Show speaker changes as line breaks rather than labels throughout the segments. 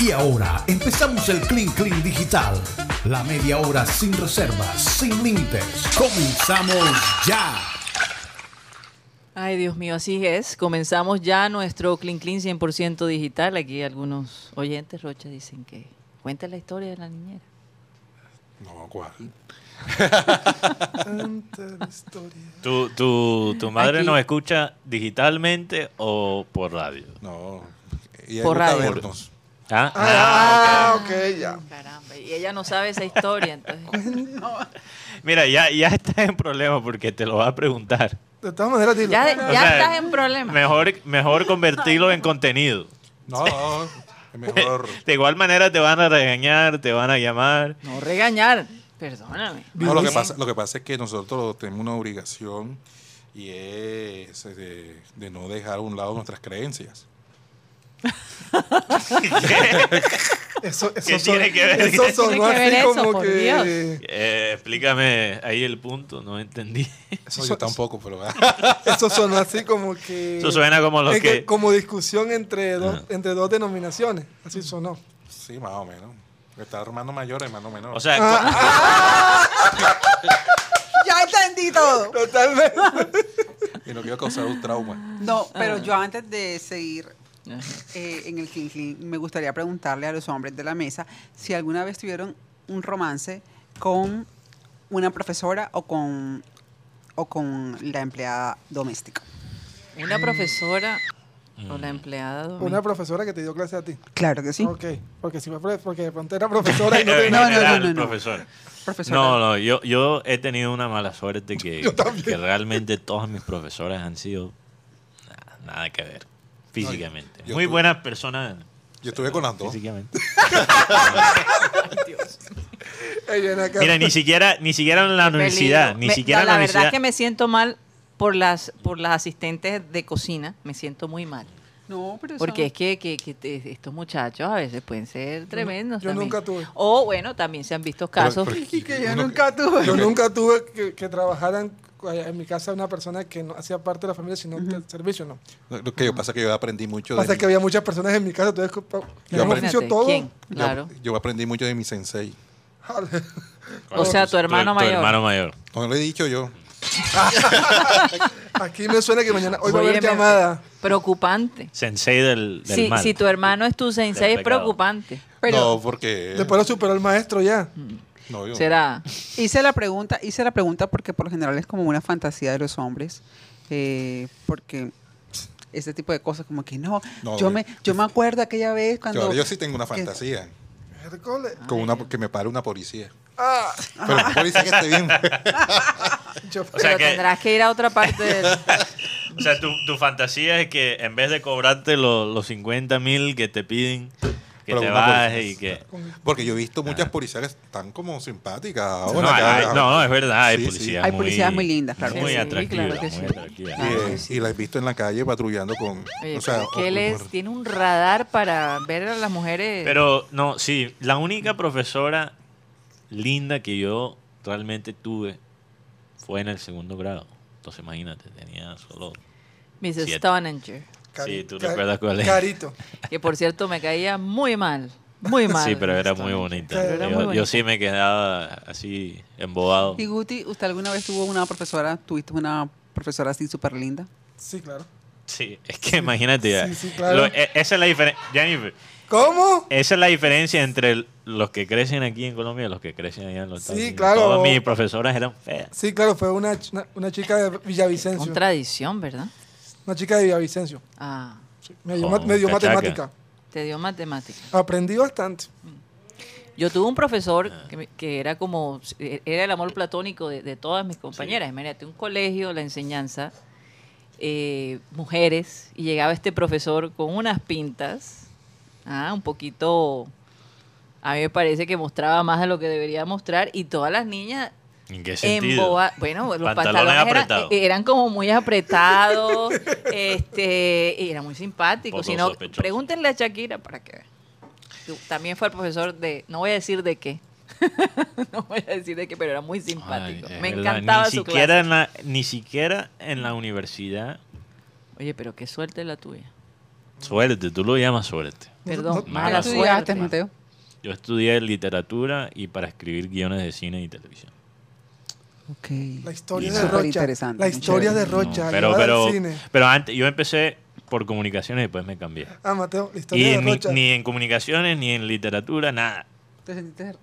Y ahora empezamos el Clean Clean Digital. La media hora sin reservas, sin límites. Comenzamos ya.
Ay, Dios mío, así es. Comenzamos ya nuestro Clean Clean 100% digital. Aquí algunos oyentes, Rocha, dicen que cuenta la historia de la niñera.
No, ¿cuál?
¿Tu, tu, tu madre
Aquí.
nos escucha digitalmente o por radio?
No. Y
Por
hay que
radio.
vernos.
Ah,
Ah, ok, ya.
Caramba, y ella no sabe esa historia, entonces.
ah, Mira, ya, ya estás en problema porque te lo va a preguntar.
De todas maneras, dilo.
Ya,
O
ya
sea,
estás en problemas.
Mejor, mejor convertirlo en contenido.
No, es mejor.
De igual manera te van a regañar, te van a llamar.
No regañar, perdóname.
No, lo que pasa, lo que pasa es que nosotros tenemos una obligación y es eh, de, de no dejar a un lado nuestras creencias.
Eso, eso
¿Qué
son-
tiene que ver?
Eso sonó
Tiene que ver
así
eso,
como
por
que.
Dios.
Eh, explícame ahí el punto, no entendí.
Eso,
No, yo
son-
tampoco, pero
eso sonó así como que.
Eso suena como lo
es que
que...
como discusión entre dos,
Ah.
entre dos denominaciones. Así sonó.
sí, más o menos. Está hermano mayor, hermano menor.
O
Ah,
sea, cu-
Ya entendí todo.
Totalmente.
y no quiero causar un trauma.
No,
Ah.
pero yo antes de seguir eh, en el Clean Clean, me gustaría preguntarle a los hombres de la mesa si alguna vez tuvieron un romance con una profesora o con o con la empleada doméstica.
Una profesora o la empleada
Una
doméstica.
profesora que te dio clase a ti.
Claro que sí.
Ok. Porque, si fue, profe- porque de pronto era profesora y no
en
tenía.
no, no,
general,
no, no.
profesor.
Profesora.
No, no, yo, yo he tenido una mala suerte que, que realmente todas mis profesoras han sido nada, nada que ver físicamente.
yo
Muy
tuve-
buenas personas
Yo estuve con las dos.
físicamente.
Ella era acá.
Mira, ni siquiera, ni siquiera en la universidad, ni
Me-
siquiera en
la
la,
verdad
universidad.
es que me siento mal por las por las asistentes de cocina, me siento muy mal.
No, pero eso-
Porque es que, que- que te- estos muchachos a veces pueden ser tremendos.
yo
también.
nunca tuve.
O bueno, también se han visto casos.
Pero- pero-
que yo
uno-
nunca tuve.
Yo nunca tuve que, que trabajaran eh, en mi casa una persona que no hacía parte de la familia, sino del servicio, ¿no?
Lo que pasa es que yo aprendí mucho de.
Pasa
mi-
que había muchas personas en mi casa, entonces co- pa-
Yo
en el
aprendí-
oficio todo.
¿Quién?
yo-
Claro.
Yo, aprendí mucho de mi sensei.
O sea, tu hermano mayor.
hermano mayor.
No lo he dicho yo.
Aquí me suena que mañana hoy va a
Oye,
haber
me-
llamada.
Preocupante.
Sensei del, del
Si,
mal.
si tu hermano es tu sensei, es
Del pecado.
preocupante.
no, porque.
Después lo superó el maestro ya.
Mm.
no, yo-
Será.
Hice la pregunta, hice la pregunta porque por lo general es como una fantasía de los hombres, eh, porque ese tipo de cosas como que no,
No,
yo
yo-
me, yo me acuerdo aquella vez
Yo-
cuando
yo sí tengo una
que-
fantasía.
Miércoles.
Con una, que me pare una policía. Pero una policía que esté bien.
Ah, Yo-
O sea
pero
que-
tendrás que ir a otra parte del.
O sea, tu, tu fantasía es que en vez de cobrarte lo- los 50 mil que te piden, que
Pero
te
una
bajes
policía.
y que...
Porque yo he visto muchas policías que están como simpáticas
Ah. No,
ahora.
hay-
ya.
no, no, es verdad, hay
Sí, sí.
policías
Hay policías muy lindas, claro que
Muy
sí,
atractivas,
claro que sí.
muy atractivas.
Y, eh, y las he visto en la calle patrullando con.
Oye,
o sea,
pero que él
o-
es- tiene un radar para ver a las mujeres.
Pero no, sí, la única profesora linda que yo realmente tuve fue en el segundo grado. Entonces imagínate, tenía solo...
Mrs.
Siete.
Stavanger.
Sí, tú
Cari-
recuerdas cuál es.
Carito.
Que por cierto me caía muy mal. Muy mal.
Sí, pero era muy
Stavanger.
bonita.
Pero era
yo,
muy
yo
bonita.
sí me quedaba así embobado.
Y Guti, ¿usted alguna vez tuvo una profesora, tuviste una profesora así súper linda?
Sí, claro.
Sí, es que imagínate. ya.
Sí, sí, claro.
Lo- e- esa es la diferencia. Jennifer,
¿Cómo?
esa es la diferencia entre el- los que crecen aquí en Colombia y los que crecen allá en los
Sí,
Estados Unidos.
claro.
Todas mis profesoras eran feas.
Sí, claro, fue una, ch- una, una chica de Villavicencio.
Contradicción, ¿verdad?
Una chica de Villavicencio.
Ah,
Me dio,
Oh,
ma- me dio
cachaca.
matemática.
te dio matemática.
Aprendí bastante.
Yo tuve un profesor que, me- que era como, era el amor platónico de, de todas mis compañeras. Imagínate, un colegio, la enseñanza, eh, mujeres, y llegaba este profesor con unas pintas, ah, un poquito, a mí me parece que mostraba más de lo que debería mostrar, y todas las niñas
¿En qué
en
sentido?
boa, bueno, los pantalones,
Pantalones
eran-
apretados.
eh, eran, como muy apretados, este, y era muy simpático.
Poco
Si no,
sospechoso.
pregúntenle a Shakira para que vean. Tú- También fue el profesor de, no voy a decir de qué, no voy a decir de qué, pero era muy
Ay,
simpático.
es
Me
verdad,
encantaba
ni
su
siquiera
clase.
En la, ni siquiera en la universidad.
Oye, pero qué suerte la tuya.
Suerte, tú lo llamas suerte.
Perdón,
no-
mala
¿Qué
Ah, suerte.
estudiaste, Mateo?
Yo estudié literatura y para escribir guiones de cine y televisión.
Ok.
La historia
Y
de
nada.
Rocha.
Superinteresante,
La
muy
historia de
chévere.
Rocha.
No, pero,
llevada al
pero,
cine.
pero antes, yo empecé por comunicaciones y después me cambié.
Ah, Mateo, la
Y
historia de
en ni,
Rocha.
ni en comunicaciones, ni en literatura, nada.
¿Te sentiste?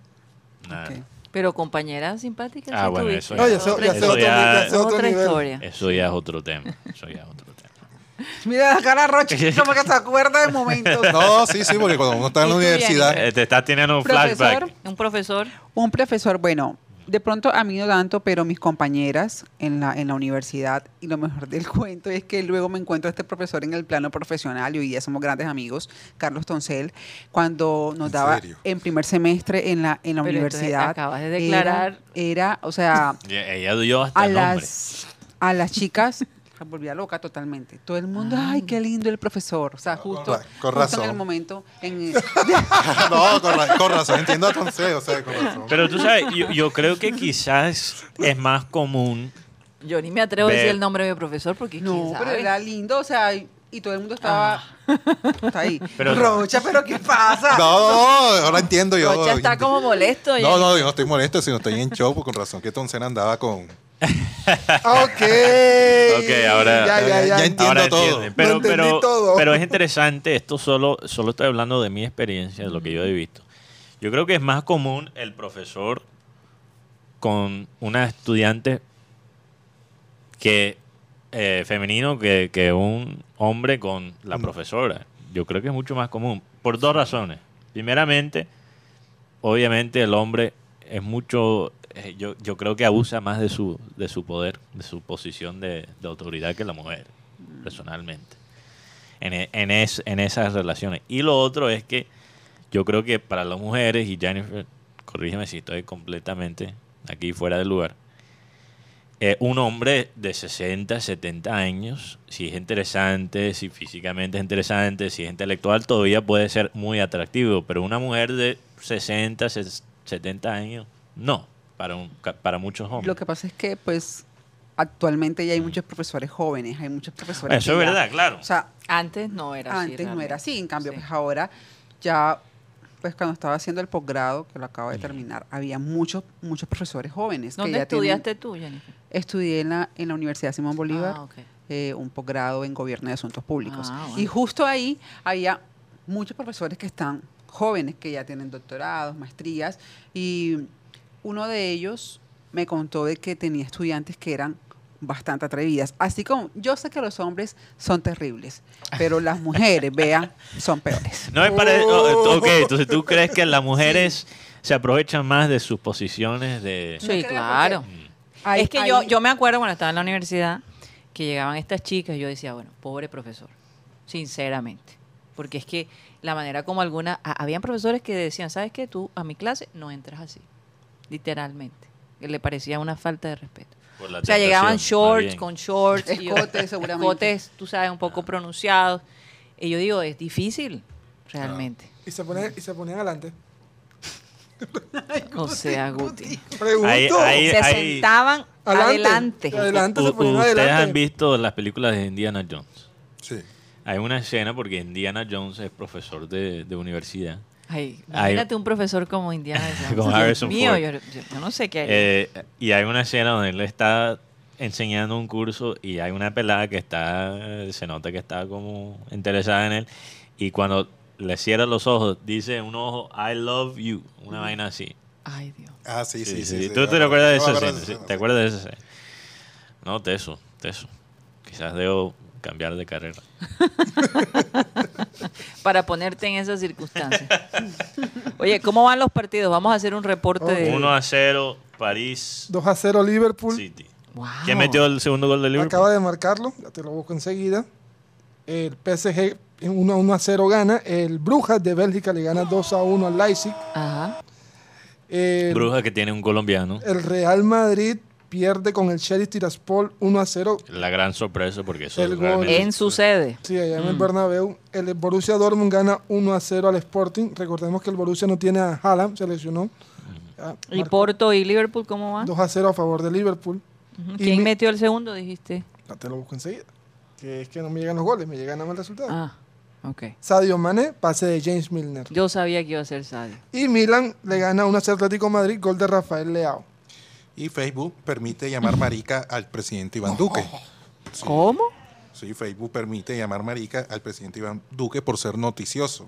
nada.
Ok.
Pero compañeras simpáticas.
Ah,
sí
bueno,
tuviste.
eso
No, ya sé- ya sé
Eso
otro nivel,
ya-
ya sé
Eso es
otro
otra
nivel.
historia.
Eso ya es otro tema. Eso ya es otro tema.
Mira la cara de Rocha, como que se acuerda de momentos.
No, sí, sí, porque cuando uno está en la
¿Y tú,
universidad,
Eh, te estás teniendo un
Profesor.
flashback.
Un profesor.
Un profesor, bueno, de pronto a mí no tanto, pero mis compañeras en la, en la universidad, y lo mejor del cuento es que luego me encuentro a este profesor en el plano profesional, y hoy día somos grandes amigos, Carlos Toncel, cuando nos
¿En
daba
serio?
en primer semestre en la, en la
Pero entonces
universidad.
acabas de
era-
declarar-
Era, o sea,
Y Ella dio hasta
a
el nombre.
las, a las chicas. las volvía loca totalmente. Todo el mundo, ay,
Ah.
qué lindo el profesor. O sea, justo,
ra- Ah, con
justo
razón.
en el momento. En,
ah, no, con, ra- con razón, entiendo a Tonce, o sea, con razón.
Pero tú sabes, yo, yo creo que quizás es más común.
Yo ni me atrevo a
Ve.
decir el nombre de mi profesor porque quién
No, pero
sabe.
era lindo, o sea, y, y todo el mundo estaba está ahí.
Pero-
Rocha, pero ¿qué
No,
pasa?
no, no, ahora entiendo yo.
Rocha está como molesto.
No, no, yo no estoy molesto, sino estoy en show, pues, con razón que Toncena andaba con...
Ah, ok.
Ok, ahora-
Ya, ya, ya.
Ya entiendo.
Ahora
todo.
entienden. Pero,
Lo entendí
pero,
todo.
pero es interesante, esto solo, solo estoy hablando de mi experiencia, de lo que yo he visto. Yo creo que es más común el profesor con una estudiante que eh, femenino que, que un hombre con la profesora. Yo creo que es mucho más común, por dos razones. Primeramente, obviamente el hombre es mucho, eh, yo, yo creo que abusa más de su, de su poder, de su posición de, de autoridad que la mujer, personalmente, en, e- en, es- en esas relaciones. Y lo otro es que yo creo que para las mujeres, y Jennifer, corrígeme si estoy completamente aquí fuera de lugar, eh, un hombre de 60, 70 años, si es interesante, si físicamente es interesante, si es intelectual, todavía puede ser muy atractivo, pero una mujer de 60, ses- 70 años, no, para, un, ca- para muchos hombres.
Lo que pasa es que, pues, actualmente ya hay muchos profesores jóvenes, hay muchos profesores.
Eso es
que ya-
verdad, claro.
O sea,
Antes no era así.
antes no era
realmente.
así, en cambio,
Sí.
pues ahora ya, pues cuando estaba haciendo el posgrado, que lo acabo de terminar, había muchos, muchos profesores jóvenes. que
¿Dónde
ya tienen-
estudiaste tú, Jennifer?
estudié en la, en la Universidad Simón Bolívar.
Ah, ok.
eh, un posgrado en gobierno de asuntos públicos.
Ah,
Y
bueno.
justo ahí había muchos profesores que están jóvenes, que ya tienen doctorados, maestrías, y uno de ellos me contó de que tenía estudiantes que eran bastante atrevidas. Así como yo sé que los hombres son terribles, pero las mujeres, vean, son peores.
No me parece.
Oh.
Ok, entonces tú crees que las mujeres se aprovechan más de sus posiciones de.
creo
Sí,
porque
claro.
Hay-
es que
hay-
yo, yo me acuerdo cuando estaba en la universidad que llegaban estas chicas y yo decía, bueno, pobre profesor, sinceramente. Porque es que la manera como alguna, a- habían profesores que decían, ¿sabes qué? Tú a mi clase no entras así, literalmente. Que le parecía una falta de respeto.
por la
O sea, llegaban
tentación, más
shorts,
bien. Ah.
con shorts, y yo-
Escotes, seguramente.
Escotes, tú sabes, un poco pronunciados. Y yo digo, es difícil,
Ah.
realmente.
Y se ponían, y se ponían adelante.
O sea, Guti.
Pregunto.
Ahí- ahí-
Se
ahí-
sentaban
Adelante.
adelante.
Adelante,
U-
se ponían
Ustedes
adelante.
han visto las películas de Indiana Jones.
Sí.
Hay una escena porque Indiana Jones es profesor de, de universidad.
Ay,
Ay.
imagínate un profesor como Indiana Jones.
Como
Dios
Harrison
mío,
Ford.
Yo, yo- yo no sé qué haría.
Eh, y hay una escena donde él está enseñando un curso y hay una pelada que está, se nota que está como interesada en él y cuando le cierra los ojos dice un ojo I love you, una vaina así.
Ay, Dios.
Ah, sí, sí, sí. sí,
¿Tú te
Ah,
acuerdas de
no,
esa
me acuerdo
escena? sí, ¿Te acuerdas de esa escena? No, teso, teso. Quizás debo cambiar de carrera.
Para ponerte en esas circunstancias. Oye, ¿cómo van los partidos? Vamos a hacer un reporte de.
Eh.
1 a 0, París
2 a 0 Liverpool.
City.
Wow.
¿Quién metió el segundo gol de Liverpool?
Acaba de marcarlo. Ya te lo busco enseguida. El PSG en 1 a 1 a 0 gana. El Brujas de Bélgica le gana 2 a 1 al Leipzig.
Ajá.
El,
Bruja que tiene un colombiano.
el Real Madrid pierde con el Sheriff Tiraspol 1 a 0.
La gran sorpresa porque eso
El gol.
realmente-
En su sede.
Sí, allá en el Bernabéu. El Borussia Dortmund gana 1 a 0 al Sporting. Recordemos que el Borussia no tiene a Haaland, se lesionó. Ah,
¿Y
marcó
Porto y Liverpool cómo van?
2 a 0 a favor de Liverpool.
Ujú.
y
¿Quién
mi-
metió el segundo, dijiste?
Ya te lo busco enseguida. Que es que no me llegan los goles, me llegan nada más el resultado.
Ah. Ok.
Sadio Mané, pase de James Milner.
Yo sabía que iba a ser Sadio.
Y Milan le gana 1 0 Atlético de Madrid, gol de Rafael Leao.
Y Facebook permite llamar marica al presidente Iván Duque. Sí.
¿Cómo?
Sí, Facebook permite llamar marica al presidente Iván Duque por ser noticioso.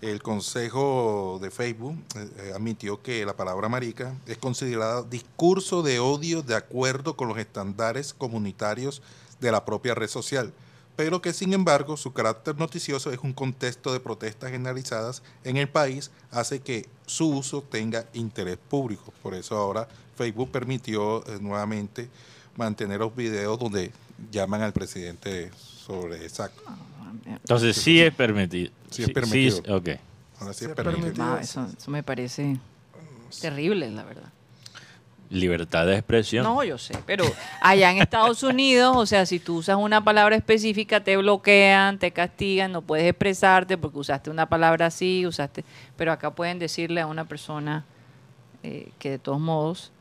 El consejo de Facebook eh, eh, admitió que la palabra marica es considerada discurso de odio de acuerdo con los estándares comunitarios de la propia red social, pero que sin embargo su carácter noticioso es un contexto de protestas generalizadas en el país, hace que su uso tenga interés público. Por eso ahora Facebook permitió eh, nuevamente mantener los videos donde llaman al presidente sobre esa.
Entonces sí es permitido.
Sí es permitido.
ok.
Ahora sí
Se
es permitido.
permite.
Ma, Ah, eso, eso me
Mm,
parece terrible, la verdad.
Libertad de expresión.
No, yo sé, pero allá en Estados Unidos, o sea, si tú usas una palabra específica, te bloquean, te castigan, no puedes expresarte porque usaste una palabra así, usaste. Pero acá pueden decirle a una persona eh, que de todos modos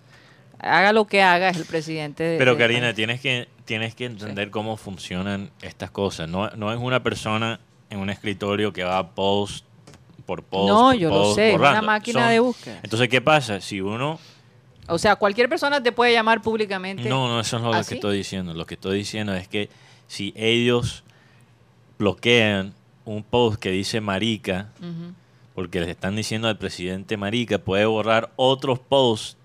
haga lo que haga, es el presidente. de-
Pero
del
Karina,
país.
tienes que, tienes que entender cómo funcionan estas cosas. No, no es una persona en un escritorio que va post por post.
No,
por
yo lo
post,
sé, es una
borrando.
máquina de búsqueda.
Entonces, ¿qué pasa? Si uno...
O sea, cualquier persona te puede llamar públicamente.
No, no, eso no es lo
¿Así?
que estoy diciendo. Lo que estoy diciendo es que si ellos bloquean un post que dice marica,
Ujú.
porque les están diciendo al presidente marica, puede borrar otros posts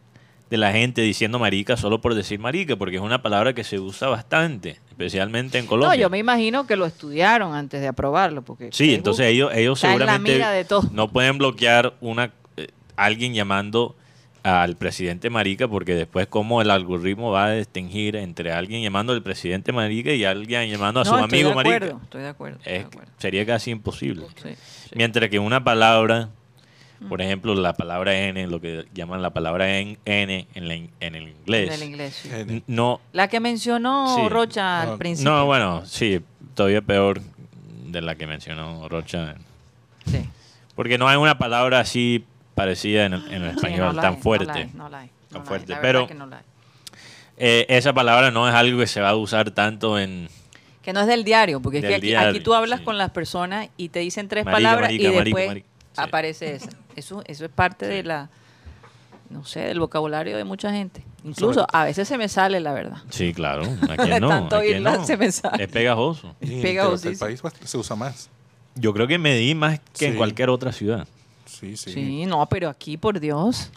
de la gente diciendo marica solo por decir marica, porque es una palabra que se usa bastante, especialmente en Colombia.
No, yo me imagino que lo estudiaron antes de aprobarlo, porque
Sí,
Facebook-
entonces ellos, ellos
está en la
seguramente
mira de todo.
no pueden bloquear una eh, alguien llamando al presidente marica porque después cómo el algoritmo va a distinguir entre alguien llamando al presidente marica y alguien llamando a
No,
su
estoy
amigo
de acuerdo,
marica.
Estoy de acuerdo. estoy de
Es-
acuerdo.
sería casi imposible.
Sí, sí. Mm.
Mientras que una palabra, por ejemplo, la palabra N, lo que llaman la palabra en- N en, la in- en el inglés,
En el inglés. sí.
Genial.
no
La que mencionó
Sí.
Rocha al
Eh, No,
principio.
No, bueno, sí, todavía peor de la que mencionó Rocha.
Sí.
Porque no hay una palabra así parecida en el, en el
Sí,
español,
no la hay,
tan
no
fuerte.
la hay, no la hay, no
Tan
la hay,
fuerte,
la verdad
pero-
que no, la hay.
Eh, esa palabra no es algo que se va a usar tanto en...
Que no es del diario, porque es
Del
que aquí,
diario,
aquí tú hablas
sí.
con las personas y te dicen tres
Marica,
palabras
marica,
y
marica,
después
marica. Sí.
aparece esa. Eso, eso es parte de la, no sé, del vocabulario de mucha gente. Incluso a veces se me sale, la verdad.
Sí, claro, ¿a quién
De
no?
tanto
¿A quién
oírla
no?
se me sale.
Es pegajoso.
Y en
Pegado,
Eh, el
sí, sí.
país pues, se usa más.
Yo creo que me di más que en
Sí.
cualquier otra ciudad.
Sí, sí.
Sí. no, pero aquí, por Dios,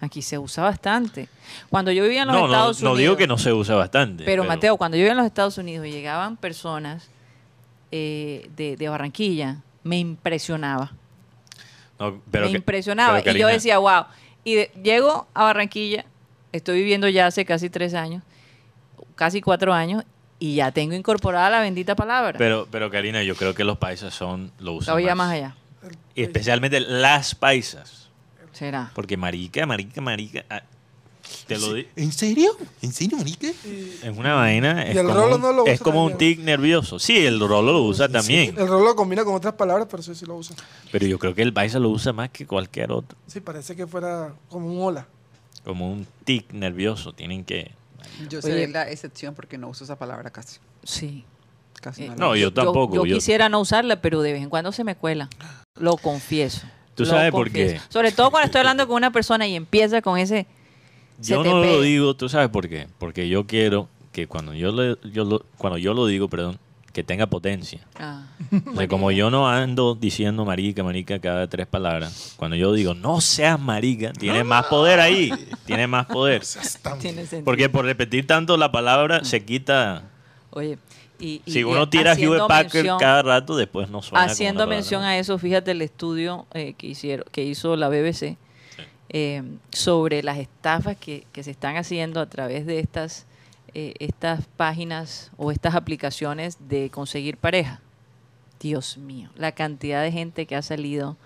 aquí se usa bastante. Cuando yo vivía en los
no, no,
Estados
no
Unidos...
digo que no se usa bastante.
Pero, Mateo, cuando yo iba a los Estados Unidos y llegaban personas eh, de, de Barranquilla, me impresionaba.
no, pero
me
que-
impresionaba.
pero,
y yo
Karina,
decía, wow. Y de- llego a Barranquilla, estoy viviendo ya hace casi tres años, casi cuatro años, y ya tengo incorporada la bendita palabra.
Pero, pero Karina, yo creo que los paisas son... Lo usan
Todavía más allá.
Y especialmente las paisas.
Será.
Porque marica, marica, marica. ah, Te lo di.
¿En serio? ¿En serio, Marica?
Es una vaina. Es
el
como,
Rolo
un,
no lo
es
usa
como un
también.
tic nervioso. Sí, el rolo lo usa también.
El reloj lo combina con otras palabras, pero sí, sí lo usa.
Pero yo creo que el paisa lo usa más que cualquier otro.
Sí, parece que fuera como un hola.
Como un tic nervioso. Tienen que.
Yo
Oye.
seré la excepción porque no uso esa palabra casi.
Sí.
casi
Eh,
no la
No,
uso.
yo tampoco.
Yo,
yo-
quisiera no usarla, pero de vez en cuando se me cuela. Lo confieso.
¿Tú
Lo
sabes por
confieso.
qué?
Sobre todo cuando estoy hablando con una persona y empieza con ese... se
yo
te
no lo
pega.
digo, ¿tú sabes por qué? Porque yo quiero que cuando yo, le- yo lo, cuando yo lo digo, perdón, que tenga potencia.
Ah.
O sea, como yo no ando diciendo marica, marica cada tres palabras, cuando yo digo no seas marica, tiene más poder ahí. Tiene más poder.
Están-
Tiene sentido.
Porque por repetir tanto la palabra se quita.
Oye, y, y-
Si
y
uno tira
haciendo
Hewlett Packard
mención-
cada rato, después no suena. como
haciendo
una
mención
palabra.
a eso, fíjate el estudio eh, que hicieron, que hizo la BBC eh, sobre las estafas que, que se están haciendo a través de estas, eh, estas páginas o estas aplicaciones de conseguir pareja. Dios mío, la cantidad de gente que ha salido,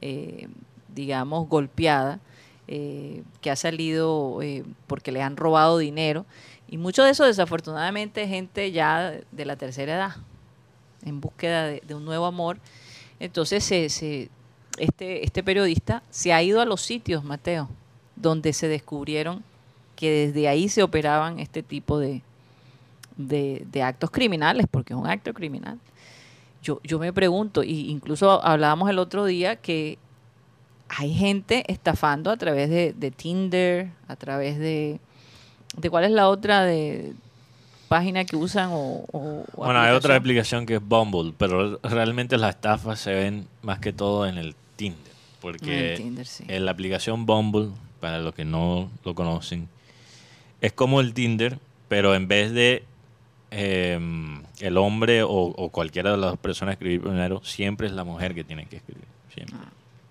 eh, digamos, golpeada, eh, que ha salido eh, porque le han robado dinero. Y mucho de eso, desafortunadamente, gente ya de la tercera edad en búsqueda de, de un nuevo amor. Entonces, se- se- este, este periodista se ha ido a los sitios, Mateo, donde se descubrieron que desde ahí se operaban este tipo de, de- de actos criminales, porque es un acto criminal. yo, yo me pregunto, y incluso hablábamos el otro día que hay gente estafando a través de, de Tinder, a través de, de cuál es la otra de página que usan o, o- o
Bueno, hay otra
aplicación?
aplicación que es Bumble, pero realmente las estafas se ven más que todo en el Tinder. Porque
En el Tinder, sí.
en la aplicación Bumble, para los que no lo conocen, es como el Tinder, pero en vez de em, el hombre o, o cualquiera de las dos personas escribir primero, siempre es la mujer que tiene que escribir. Siempre.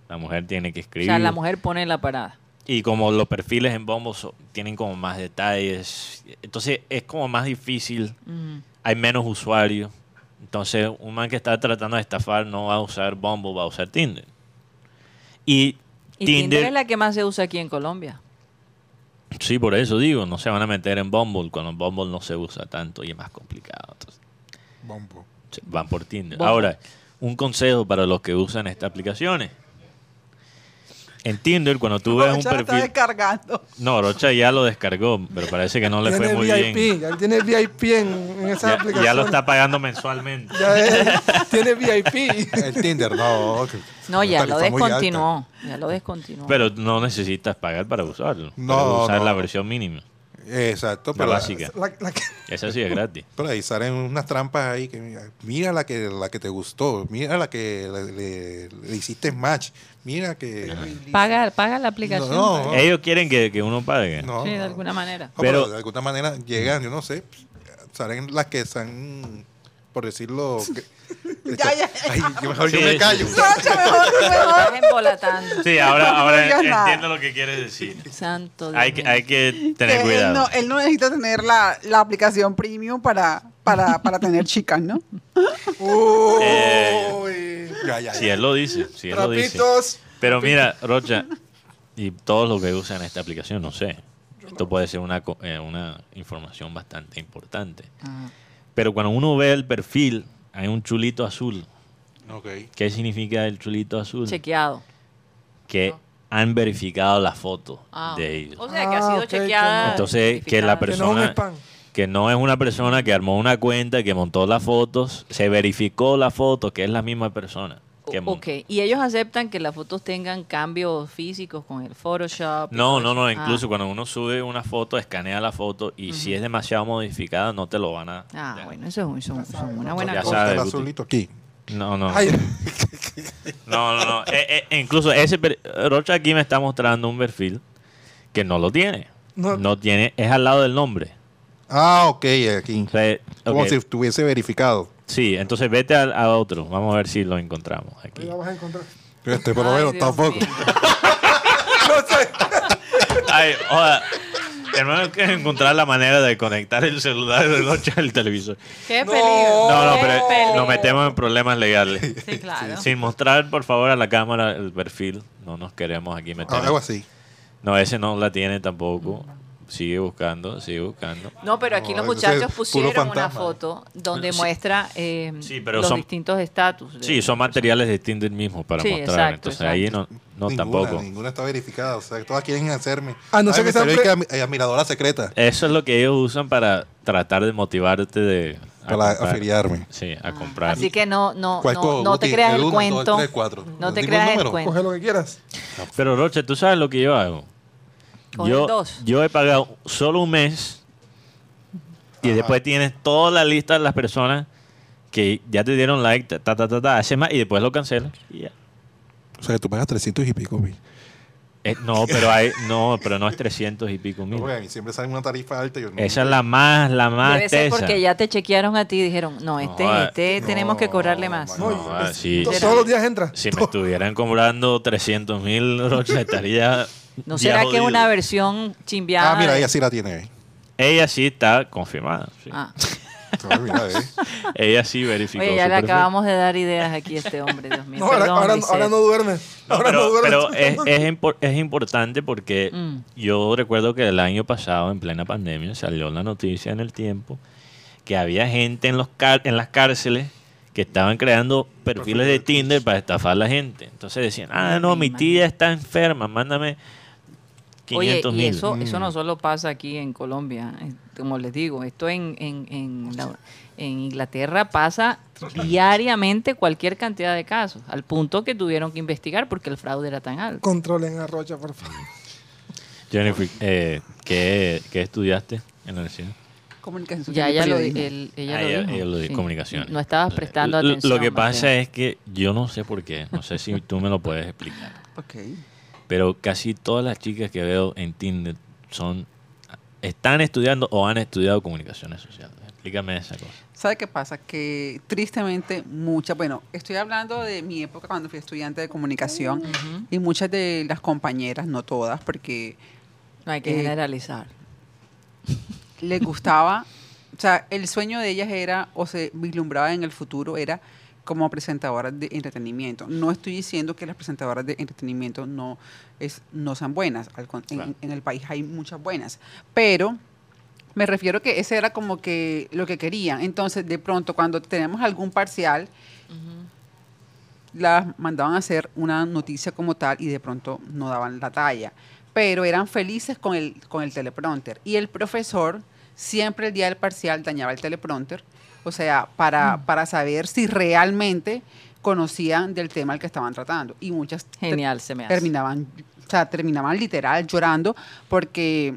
La mujer tiene
Ah.
que
O
escribir.
sea, la mujer pone la parada.
Y como los perfiles en Bumble so- tienen como más detalles, entonces es como más difícil
Ujú.
hay menos usuarios. Entonces, un man que está tratando de estafar no va a usar Bumble, va a usar Tinder. Y,
Y Tinder,
Tinder,
es la que más se usa aquí en Colombia.
sí, por eso digo, no se van a meter en Bumble cuando Bumble no se usa tanto y es más complicado. Entonces,
Bombo.
se- van por Tinder.
Bumble.
Ahora, un consejo para los que usan estas aplicaciones. En Tinder, cuando tú ves un
Rocha la está
perfil...
descargando.
No, Rocha ya lo descargó, pero parece que no le fue
tiene
muy
VIP,
bien.
ya tiene VIP en, en esas
Ya,
aplicaciones.
ya lo está pagando mensualmente.
Ya es- tiene VIP.
Ah, El Tinder, no. que-
No,
una
ya lo
tarifa muy alta.
descontinuó. Ya lo descontinuó.
Pero no necesitas pagar para usarlo.
No,
Puedes usar
no.
la versión mínima,
Exacto,
la
pero,
básica.
La- la que-
Esa sí es gratis.
pero ahí salen unas trampas ahí que mira, mira la que la que te gustó, mira la que le, le- le hiciste match, mira que
paga, paga la aplicación.
No, no.
Ellos quieren que, que uno pague.
no,
Sí, de
no.
alguna manera.
No, pero,
Pero-
de alguna manera llegan, yo no sé, salen las que están, por decirlo. que-
Ya, ya, ya.
Ay, yo mejor
Sí,
yo me
sí,
callo.
sí.
Rocha, mejor, mejor.
Estás embolatando.
Sí, ahora, ahora
digas
en-
nada.
entiendo lo que quieres decir.
Santo Dios
Hay que,
mío.
hay que
Que
tener
Él
cuidado.
no, él no necesita tener la, la aplicación premium para, para, para tener chicas, ¿no?
Eh,
Uy,
Ya, ya, ya.
si él lo dice, si él lo dice.
trapitos.
Pero mira, Rocha, y todos los que usan esta aplicación, no sé. Esto puede ser una, co- eh, una información bastante importante.
Ah.
Pero cuando uno ve el perfil, hay un chulito azul.
Ok.
¿Qué significa el chulito azul?
chequeado.
que han verificado la foto
Ah,
de ellos.
O sea, que ha sido
Ah, ok, que
chequeada.
no.
Entonces, que la
Que
verificada.
no es un
persona
spam.
que no es una persona que armó una cuenta, que montó las fotos, se verificó la foto, que es la misma persona. Que
O-
mon-
Ok, y ellos aceptan que las fotos tengan cambios físicos con el Photoshop. y todo
No, no,
eso?
no,
Ah,
incluso cuando uno sube una foto, escanea la foto y si es demasiado modificada no te lo van a...
Ah,
ya.
bueno, eso es un- son- son una
Ya
buena
Ponte
cosa.
sabes,
el
Guti.
azulito aquí.
No, no.
Ay,
No, no, no. Eh, eh, incluso ese per- Rocha aquí me está mostrando un perfil que no lo tiene.
No.
No, tiene, es al lado del nombre.
Ah, ok, aquí.
O sea,
Como
ok.
si estuviese verificado.
Sí, entonces vete al, a otro. Vamos a ver si lo encontramos aquí.
la vas a encontrar.
Este, por lo
Ay,
menos,
Dios
tampoco.
mío.
Ay, joda. Tenemos que encontrar la manera de conectar el celular de noche al televisor.
Qué peligro.
No, no,
qué
pero
peligro.
nos metemos en problemas legales.
Sí, claro.
Sin mostrar, por favor, a la cámara el perfil. No nos queremos aquí meter.
Algo así.
No, ese no la tiene tampoco. Sigue buscando, sigue buscando.
No, pero aquí
No,
los
ese es
muchachos
puro
pusieron una
fantasma.
foto donde
Sí.
muestra eh,
Sí, pero
los
son-
distintos estatus. de-
Sí, son materiales de Tinder mismo para
Sí,
mostrar.
exacto,
Entonces
exacto.
ahí no, no
ninguna,
tampoco.
Ninguna está verificada. O sea, todas quieren hacerme.
A no ser
Ay, me
que
salió
sean
que ami- eh, admiradora secreta.
Eso es lo que ellos usan para tratar de motivarte de a
Para
comprar.
afiliarme.
Sí, a comprar.
Así que no, no,
¿Cuál
no,
co-
no te
Guti?
creas
El
el,
uno, dos,
cuento.
tres, cuatro.
No te
Ningún
creas el
número.
cuento.
Coge lo que quieras.
Pero Roche, tú sabes lo que yo hago.
Con el
Yo,
dos.
yo he pagado solo un mes y después tienes toda la lista de las personas que ya te dieron like, ta, ta, ta, ta, ta, hace más y después lo cancelas. y ya.
O sea, que tú pagas 300 y pico mil.
Eh, no, pero hay, no, pero no es 300 y pico mil.
Bueno, y siempre sale una tarifa alta. y Yo, no-
Esa es la más, la más
Debe ser
tesa.
porque ya te chequearon a ti y dijeron, no, este,
jodas.
este tenemos que cobrarle más.
No,
eh, No, ah, sí.
To- Todos los días entra.
Si me estuvieran cobrando 300 mil, Roche, estaría.
¿No
ya
será que es
jodido.
una versión chimbiada?
Ah, mira,
de-
ella sí la tiene. eh.
Ella sí está confirmada. sí.
Ah.
Ah, mira, eh.
Ella sí verificó.
Oye, ya
su
le
perfil.
acabamos de dar ideas aquí a este hombre, Dios mío.
No, ahora,
Perdón,
ahora-
Lisette.
ahora no duerme.
No,
ahora no
pero,
duerme.
pero eh. es, es impor- es importante porque
Mm.
yo recuerdo que el año pasado, en plena pandemia, salió la noticia en el tiempo que había gente en, los car- en las cárceles que estaban creando perfiles de Tinder para estafar a la gente. Entonces decían, ah, no, mi tía está enferma, mándame
Oye,
500
y
mil.
eso, eso no solo pasa aquí en Colombia, eh, como les digo, esto en, en, en, la- en Inglaterra pasa diariamente cualquier cantidad de casos, al punto que tuvieron que investigar porque el fraude era tan alto.
Controlen a Rocha, por favor.
Jennifer, eh, ¿qué, qué estudiaste en la universidad?
Comunicación
Ya
social y
ella lo, di- el-
periodismo.
ella
Ah,
lo
ella-
dijo.
ella lo dijo,
sí.
comunicaciones.
No estabas prestando
L-
atención.
Lo que pasa
Mateo.
es que yo no sé por qué, no sé si tú me lo puedes explicar,
Ok.
pero casi todas las chicas que veo en Tinder son están estudiando o han estudiado comunicaciones sociales. Explícame esa cosa.
¿Sabe qué pasa? Que tristemente muchas, bueno, estoy hablando de mi época cuando fui estudiante de comunicación y muchas de las compañeras, no todas, porque
No hay que
eh,
generalizar.
les gustaba, o sea, el sueño de ellas era, o se vislumbraba en el futuro, era como presentadoras de entretenimiento. No estoy diciendo que las presentadoras de entretenimiento no, es, no sean buenas, al con- en-
Claro.
en el país hay muchas buenas, pero me refiero que ese era como que lo que querían. Entonces, de pronto, cuando tenemos algún parcial, las mandaban a hacer una noticia como tal y de pronto no daban la talla. Pero eran felices con el, con el teleprompter. Y el profesor siempre el día del parcial dañaba el teleprompter, o sea, para,
Mm.
para saber si realmente conocían del tema al que estaban tratando. Y muchas te-
Genial, se me hace.
terminaban, o sea, terminaban literal llorando porque,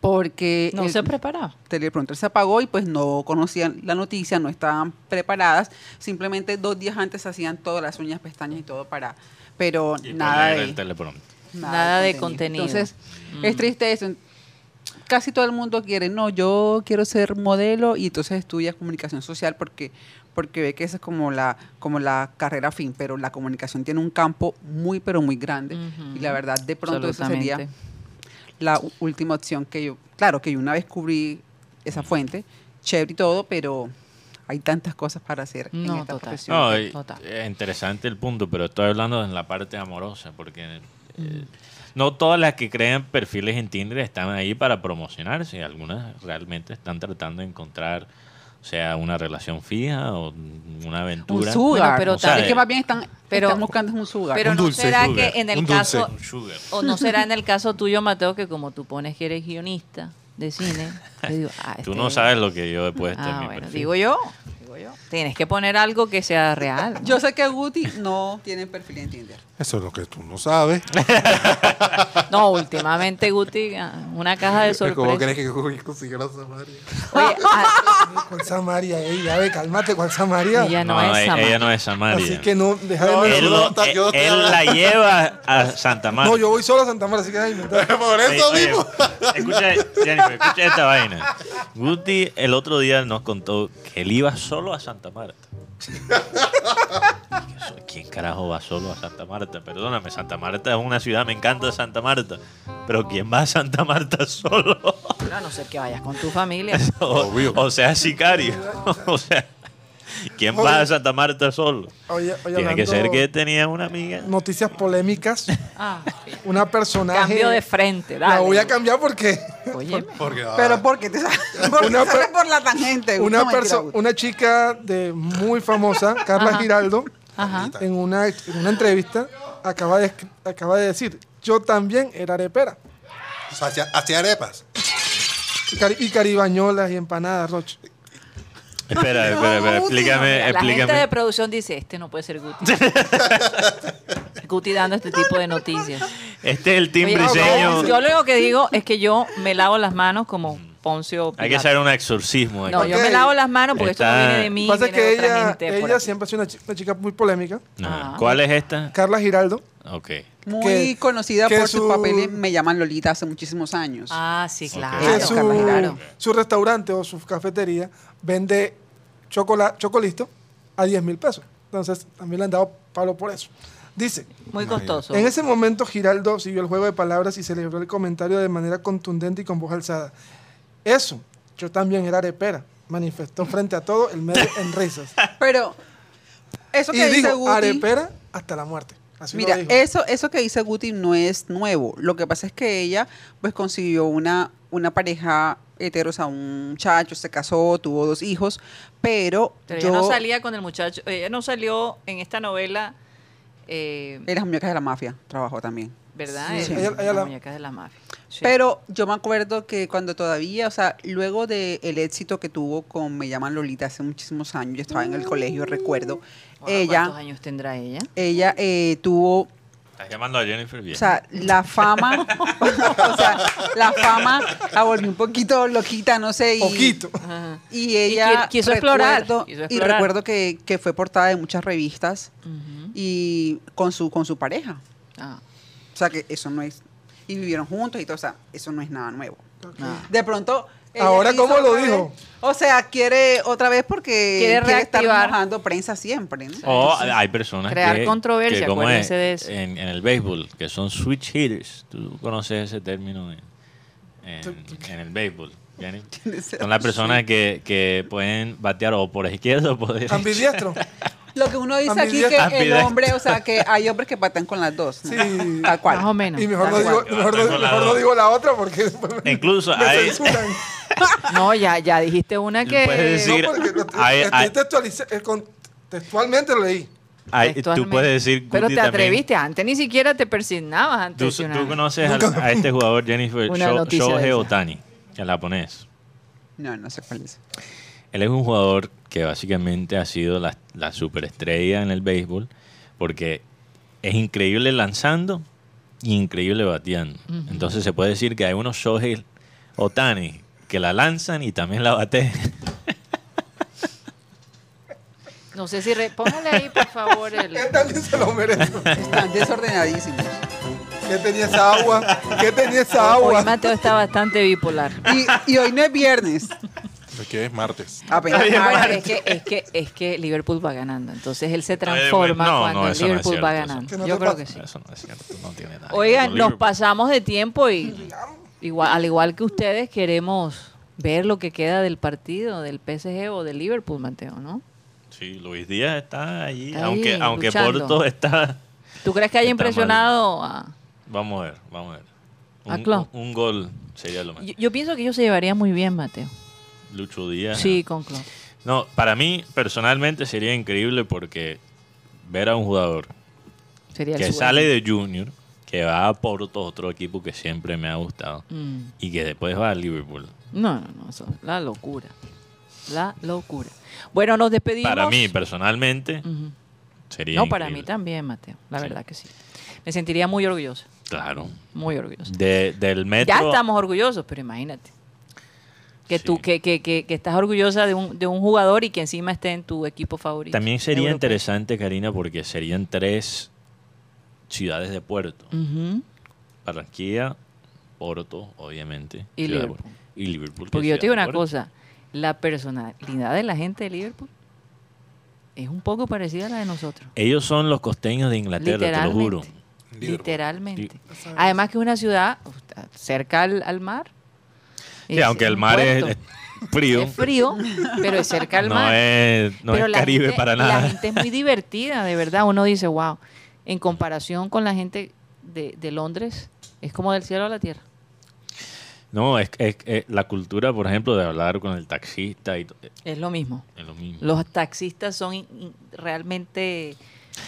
porque
No
el-
se preparaba.
teleprompter se apagó y pues no conocían la noticia, no estaban preparadas. Simplemente dos días antes hacían todas las uñas, pestañas y todo para... Pero nada de,
Nada de contenido. Mm.
Entonces, es triste eso. Casi todo el mundo quiere, no, yo quiero ser modelo y entonces estudia comunicación social porque porque ve que esa es como la como la carrera fin, pero la comunicación tiene un campo muy pero muy grande
Ujú.
y la verdad de pronto esa
Absolutamente.
sería la u- última opción que yo, claro, que yo una vez cubrí
Mm.
esa fuente, chévere y todo, pero hay tantas cosas para hacer en
No,
esta
total.
profesión.
No, y-
Total.
eh, interesante el punto, pero estoy hablando en la parte amorosa, porque eh, no todas las que crean perfiles en Tinder están ahí para promocionarse, algunas realmente están tratando de encontrar, o sea, una relación fija o una
Un
aventura.
sugar.
Bueno, pero
pero
O sea,
es que
eh,
más bien están,
pero-
están buscando un sugar.
Pero
Un
no
dulce,
será
sugar,
que en el
un dulce.
caso,
Sugar.
o no será en el caso tuyo, Mateo, que como tú pones que eres guionista de cine, yo digo, ah,
Tú
este-
no sabes lo que yo he puesto en
Ah,
Este mi
bueno,
perfil.
digo yo, digo yo. Tienes que poner algo que sea real. ¿no?
Yo sé que Guti no tiene perfil en Tinder.
Eso es lo que tú no sabes.
No, últimamente, Guti, ah, una caja de
¿Cómo
sorpresa.
crees que consiguió la Samaria?
Oye, ah,
¿Cuál Samaria? Ey, ya ve, cálmate, ¿cuál Samaria?
ella no,
no,
es
e-
Samaria.
ella no es Samaria.
Así que no, deja de
No,
mentir.
él,
Yo
lo- eh,
no- yo estoy
él la
hablando.
lleva a Santa Marta.
No, yo voy solo a Santa María, así que deja de inventar.
Por
Oye,
eso
oye,
mismo.
Escucha, Jennifer, escucha esta vaina. Guti el otro día nos contó que él iba solo a Santa Marta. Y eso, ¿Quién carajo va solo a Santa Marta? Perdóname, Santa Marta es una ciudad, me encanta Santa Marta. Pero ¿quién va a Santa Marta solo?
No, a no ser que vayas con tu familia.
O,
Obvio.
o sea, sicario. O sea, ¿quién va a Santa Marta solo?
Oye, oye,
Tiene que
hablando-
ser que tenía una amiga.
Noticias polémicas.
Ah,
Una personaje.
cambio de frente, dale.
La voy a cambiar porque
Oye,
Porque, ah,
Pero porque te sale, porque
Una
sale
per-
por la tangente. Guti.
una,
No, mentira,
perso-
Guti.
una chica de muy famosa, Carla
Ajá.
Giraldo,
ajá.
en una, en una entrevista acaba de, escri- acaba de decir, yo también era arepera.
o sea, hacía, hacía Pues arepas.
Y, cari- y caribañolas y empanadas, Roche.
Espera, espera, espera. Explícame,
Mira, la gente de
explícame.
producción dice, este no puede ser Guti. Guti dando este tipo de noticias.
Este es el team
Oye,
briseño.
yo, yo lo único que digo es que yo me lavo las manos como Poncio
Hay que
Pilato.
hacer un exorcismo. aquí.
No, yo me
Ok.
lavo las manos porque esto
Está-
no viene de
Lo
mí,
que pasa es
viene
que
de otra
ella,
gente por
ella
aquí.
siempre ha sido una chi- una chica muy polémica.
Ajá.
Ah.
¿Cuál es esta?
Carla Giraldo,
Ok.
Muy
que-
conocida
que
por
su-
sus papeles Me llaman Lolita hace muchísimos años.
Ah, sí, claro.
Ah,
que
claro,
su,
Carla Giraldo.
su restaurante o su cafetería vende chocola, chocolisto a 10 mil pesos. Entonces, también le han dado palo por eso. Dice,
Muy costoso.
en ese momento Giraldo siguió el juego de palabras y celebró el comentario de manera contundente y con voz alzada. Eso, yo también era arepera, manifestó frente a todo el medio en risas.
Pero eso
y
que dice
dijo,
Guti.
arepera hasta la muerte. Así lo
Mira,
dijo.
eso, eso que dice Guti no es nuevo. Lo que pasa es que ella pues consiguió una, una pareja hetero, o sea, un muchacho, se casó, tuvo dos hijos, pero
Pero
yo
eh, ella no salía con el muchacho, ella no salió en esta novela eh,
En las muñecas de la mafia trabajó también.
¿verdad?
Sí,
En-
ella-
en
ella
las
la-
muñecas de la mafia. Sí.
Pero yo me acuerdo que cuando todavía, o sea, luego del éxito que tuvo con Me llaman Lolita hace muchísimos años, yo estaba en el colegio, recuerdo,
Wow, ¿Cuántos
ella,
años tendrá ella?
ella eh, tuvo
Estás llamando a Jennifer bien.
O sea, la fama, o sea, la fama la volvió un poquito loquita, no sé. Y,
Poquito.
Ajá.
Y ella
Y qui- quiso explorar,
recuerdo-
quiso
y
explorar.
recuerdo que, que fue portada de muchas revistas
Ujú.
y con su con su pareja.
Ah,
O sea, que eso no es y vivieron juntos y todo, o sea, eso no es nada nuevo.
ah.
De pronto ella
Ahora,
quiso
¿cómo lo
otra
dijo?
vez- o sea, quiere otra vez porque
Quiere
estar
reactivar.
mojando prensa siempre, ¿no?
O hay personas
crear
que,
controversia,
que ¿cómo
acuérdense
es?
de eso.
En, en el béisbol, que son switch hitters. Tú conoces ese término en, en- en el béisbol. Jenny? Son las personas que, que pueden batear o por izquierda o por derecha.
Ambidiestro.
Lo que uno dice aquí
Ambidextro.
Ah,
que el
Ambidextro.
hombre, o sea, que hay hombres que patan con las dos, ¿no?
Sí.
tal cual.
Más o menos.
Y mejor,
Tal
no digo,
cual.
mejor, no,
Tengo la
mejor no
duda.
digo la otra porque después me-
Incluso
me
hay-
censuran.
No, ya, ya dijiste una que...
Puedes
No,
decir-
porque lo-
Hay-
estoy
hay-
textualiza- eh, contextualmente lo leí.
Ay, tú
Textualmente.
puedes decir
Pero
Guti,
te
también.
atreviste, antes ni siquiera te persignabas
Tú,
antes. de una-
tú conoces al- a, este jugador, Jennifer
Una
Sho-
noticia de
Shohei
esa.
Otani, el japonés.
No, no sé cuál es.
Él es un jugador que básicamente ha sido la, la superestrella en el béisbol porque es increíble lanzando y increíble bateando. Entonces se puede decir que hay unos Shohei Otani que la lanzan y también la batean.
No sé si... re- Póngale ahí, por favor, el...
Él también se lo merece.
Están desordenadísimos.
¿Qué tenía esa agua? ¿Qué tenía esa
Hoy
agua?
Mateo está bastante bipolar.
Y, y hoy no es viernes.
Aquí es martes.
Apenas. eh,
Bueno,
martes.
es que, es, que, es que Liverpool va ganando. Entonces él se
bueno,
transforma
no,
cuando
no,
el
eso no es
Liverpool
cierto,
va
eso.
ganando.
Que no
Yo
te
creo
pasa.
que sí.
Eso no es cierto, no tiene nada. que ver
Oigan,
con
nos
Liverpool.
pasamos de tiempo y igual, al igual que ustedes queremos ver lo que queda del partido del PSG o del Liverpool, Mateo, ¿no?
Sí, Luis Díaz está allí,
Está
aunque,
ahí,
aunque
luchando.
Porto está...
¿Tú crees que haya
Está
impresionado a...
Vamos a ver, vamos a ver.
¿A
Un,
Klopp?
un- un gol sería lo
Yo,
mejor.
yo pienso que ellos se llevarían muy bien, Mateo.
Lucho Díaz.
Sí, con Klopp.
No, para mí personalmente sería increíble porque ver a un jugador
Sería el
que
sueño.
sale de junior, que va a Porto, otro equipo que siempre me ha gustado,
Mm.
y que después va a Liverpool.
No, no, no. eso- la locura. La locura. Bueno, nos despedimos.
Para mí personalmente
Ujú.
sería
No, para mí
increíble.
también, Mateo. La
Sí.
verdad que sí. Me sentiría muy orgullosa.
Claro.
Muy orgullosa.
De- del metro.
Ya estamos orgullosos, pero imagínate. Que tú,
Sí.
que, que, que, que estás orgullosa de un, de un jugador y que encima esté en tu equipo favorito.
También sería
europeo.
interesante, Karina, porque serían tres ciudades de puerto.
Ujú.
Barranquilla, Porto, obviamente.
Y
Ciudad de
Liverpool.
Puerto. Y Liverpool. que
Porque yo
es
te digo
Ciudad de
una cosa.
Puerto.
La personalidad de la gente de Liverpool es un poco parecida a la de nosotros.
Ellos son los costeños de Inglaterra, te lo juro.
Literalmente.
Liverpool.
Literalmente. Además que es una ciudad uf, cerca al, al mar.
Sí,
Es
aunque el
un
mar es,
puerto.
es frío,
Es frío, pero es cerca al
no
mar.
es, no
Pero
es
la
Caribe
gente-
para
La
nada.
gente es muy divertida, de verdad. Uno dice, wow, en comparación con la gente de, de Londres, es como del cielo a la tierra.
No, es, es- es la cultura, por ejemplo, de hablar con el taxista y to- eh,
Es lo mismo.
es lo mismo.
Los taxistas son in- in- realmente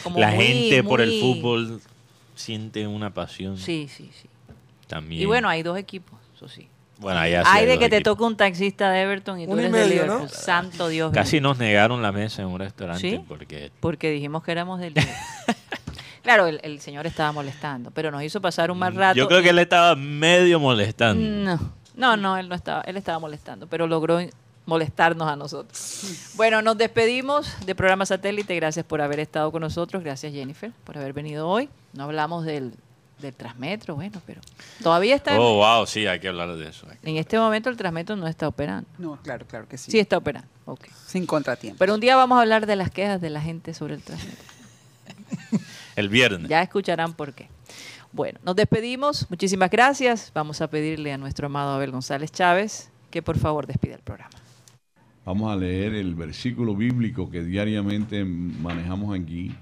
como
la
muy-
gente por el
muy-
fútbol siente una pasión
Sí, sí, sí.
también.
Y bueno, hay dos equipos, eso sí.
Bueno, allá sí
Hay de
dos
que te
equipos.
toque un taxista de Everton y tú
Uno y
eres de
medio, ¿no?
Liverpool. Santo Dios.
Casi
bendito.
nos negaron la mesa en un restaurante
¿Sí?
porque
Porque dijimos que éramos del Liverpool. claro, el, el señor estaba molestando, pero nos hizo pasar un mal rato.
Mm, yo
y-
creo
Mm,
que él estaba medio molestando.
No, no, no, él no estaba, él estaba molestando, pero logró in- molestarnos a nosotros. Bueno, nos despedimos de programa satélite. Gracias por haber estado con nosotros. Gracias, Jennifer, por haber venido hoy. No hablamos del, del Transmetro, bueno, pero todavía está. en-
Oh, wow, sí, hay que hablar de eso.
En este momento el Transmetro no está operando.
No, claro, claro que sí.
Sí está operando, ok.
Sin contratiempo.
Pero un día vamos a hablar de las quejas de la gente sobre el Transmetro.
El viernes.
Ya escucharán por qué. Bueno, nos despedimos. Muchísimas gracias. Vamos a pedirle a nuestro amado Abel González Chávez que por favor despida el programa.
Vamos a leer el versículo bíblico que diariamente manejamos aquí.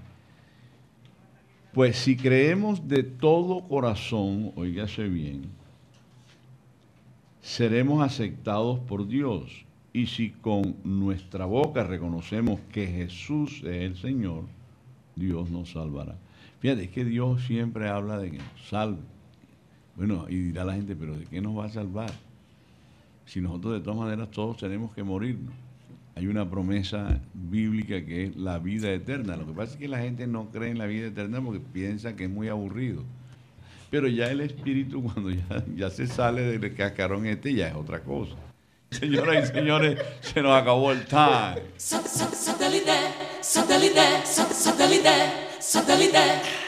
Pues si creemos de todo corazón, oígase bien, seremos aceptados por Dios. Y si con nuestra boca reconocemos que Jesús es el Señor, Dios nos salvará. Fíjate, es que Dios siempre habla de que nos salve. Bueno, y dirá la gente, pero ¿de qué nos va a salvar? Si nosotros de todas maneras todos tenemos que morirnos. Hay una promesa bíblica que es la vida eterna. Lo que pasa es que la gente no cree en la vida eterna porque piensa que es muy aburrido. Pero ya el espíritu cuando ya, ya se sale del cascarón este ya es otra cosa. Señoras y señores, se nos acabó el time.
Sat- sat- Satellite, satellite, sat- satellite, satellite.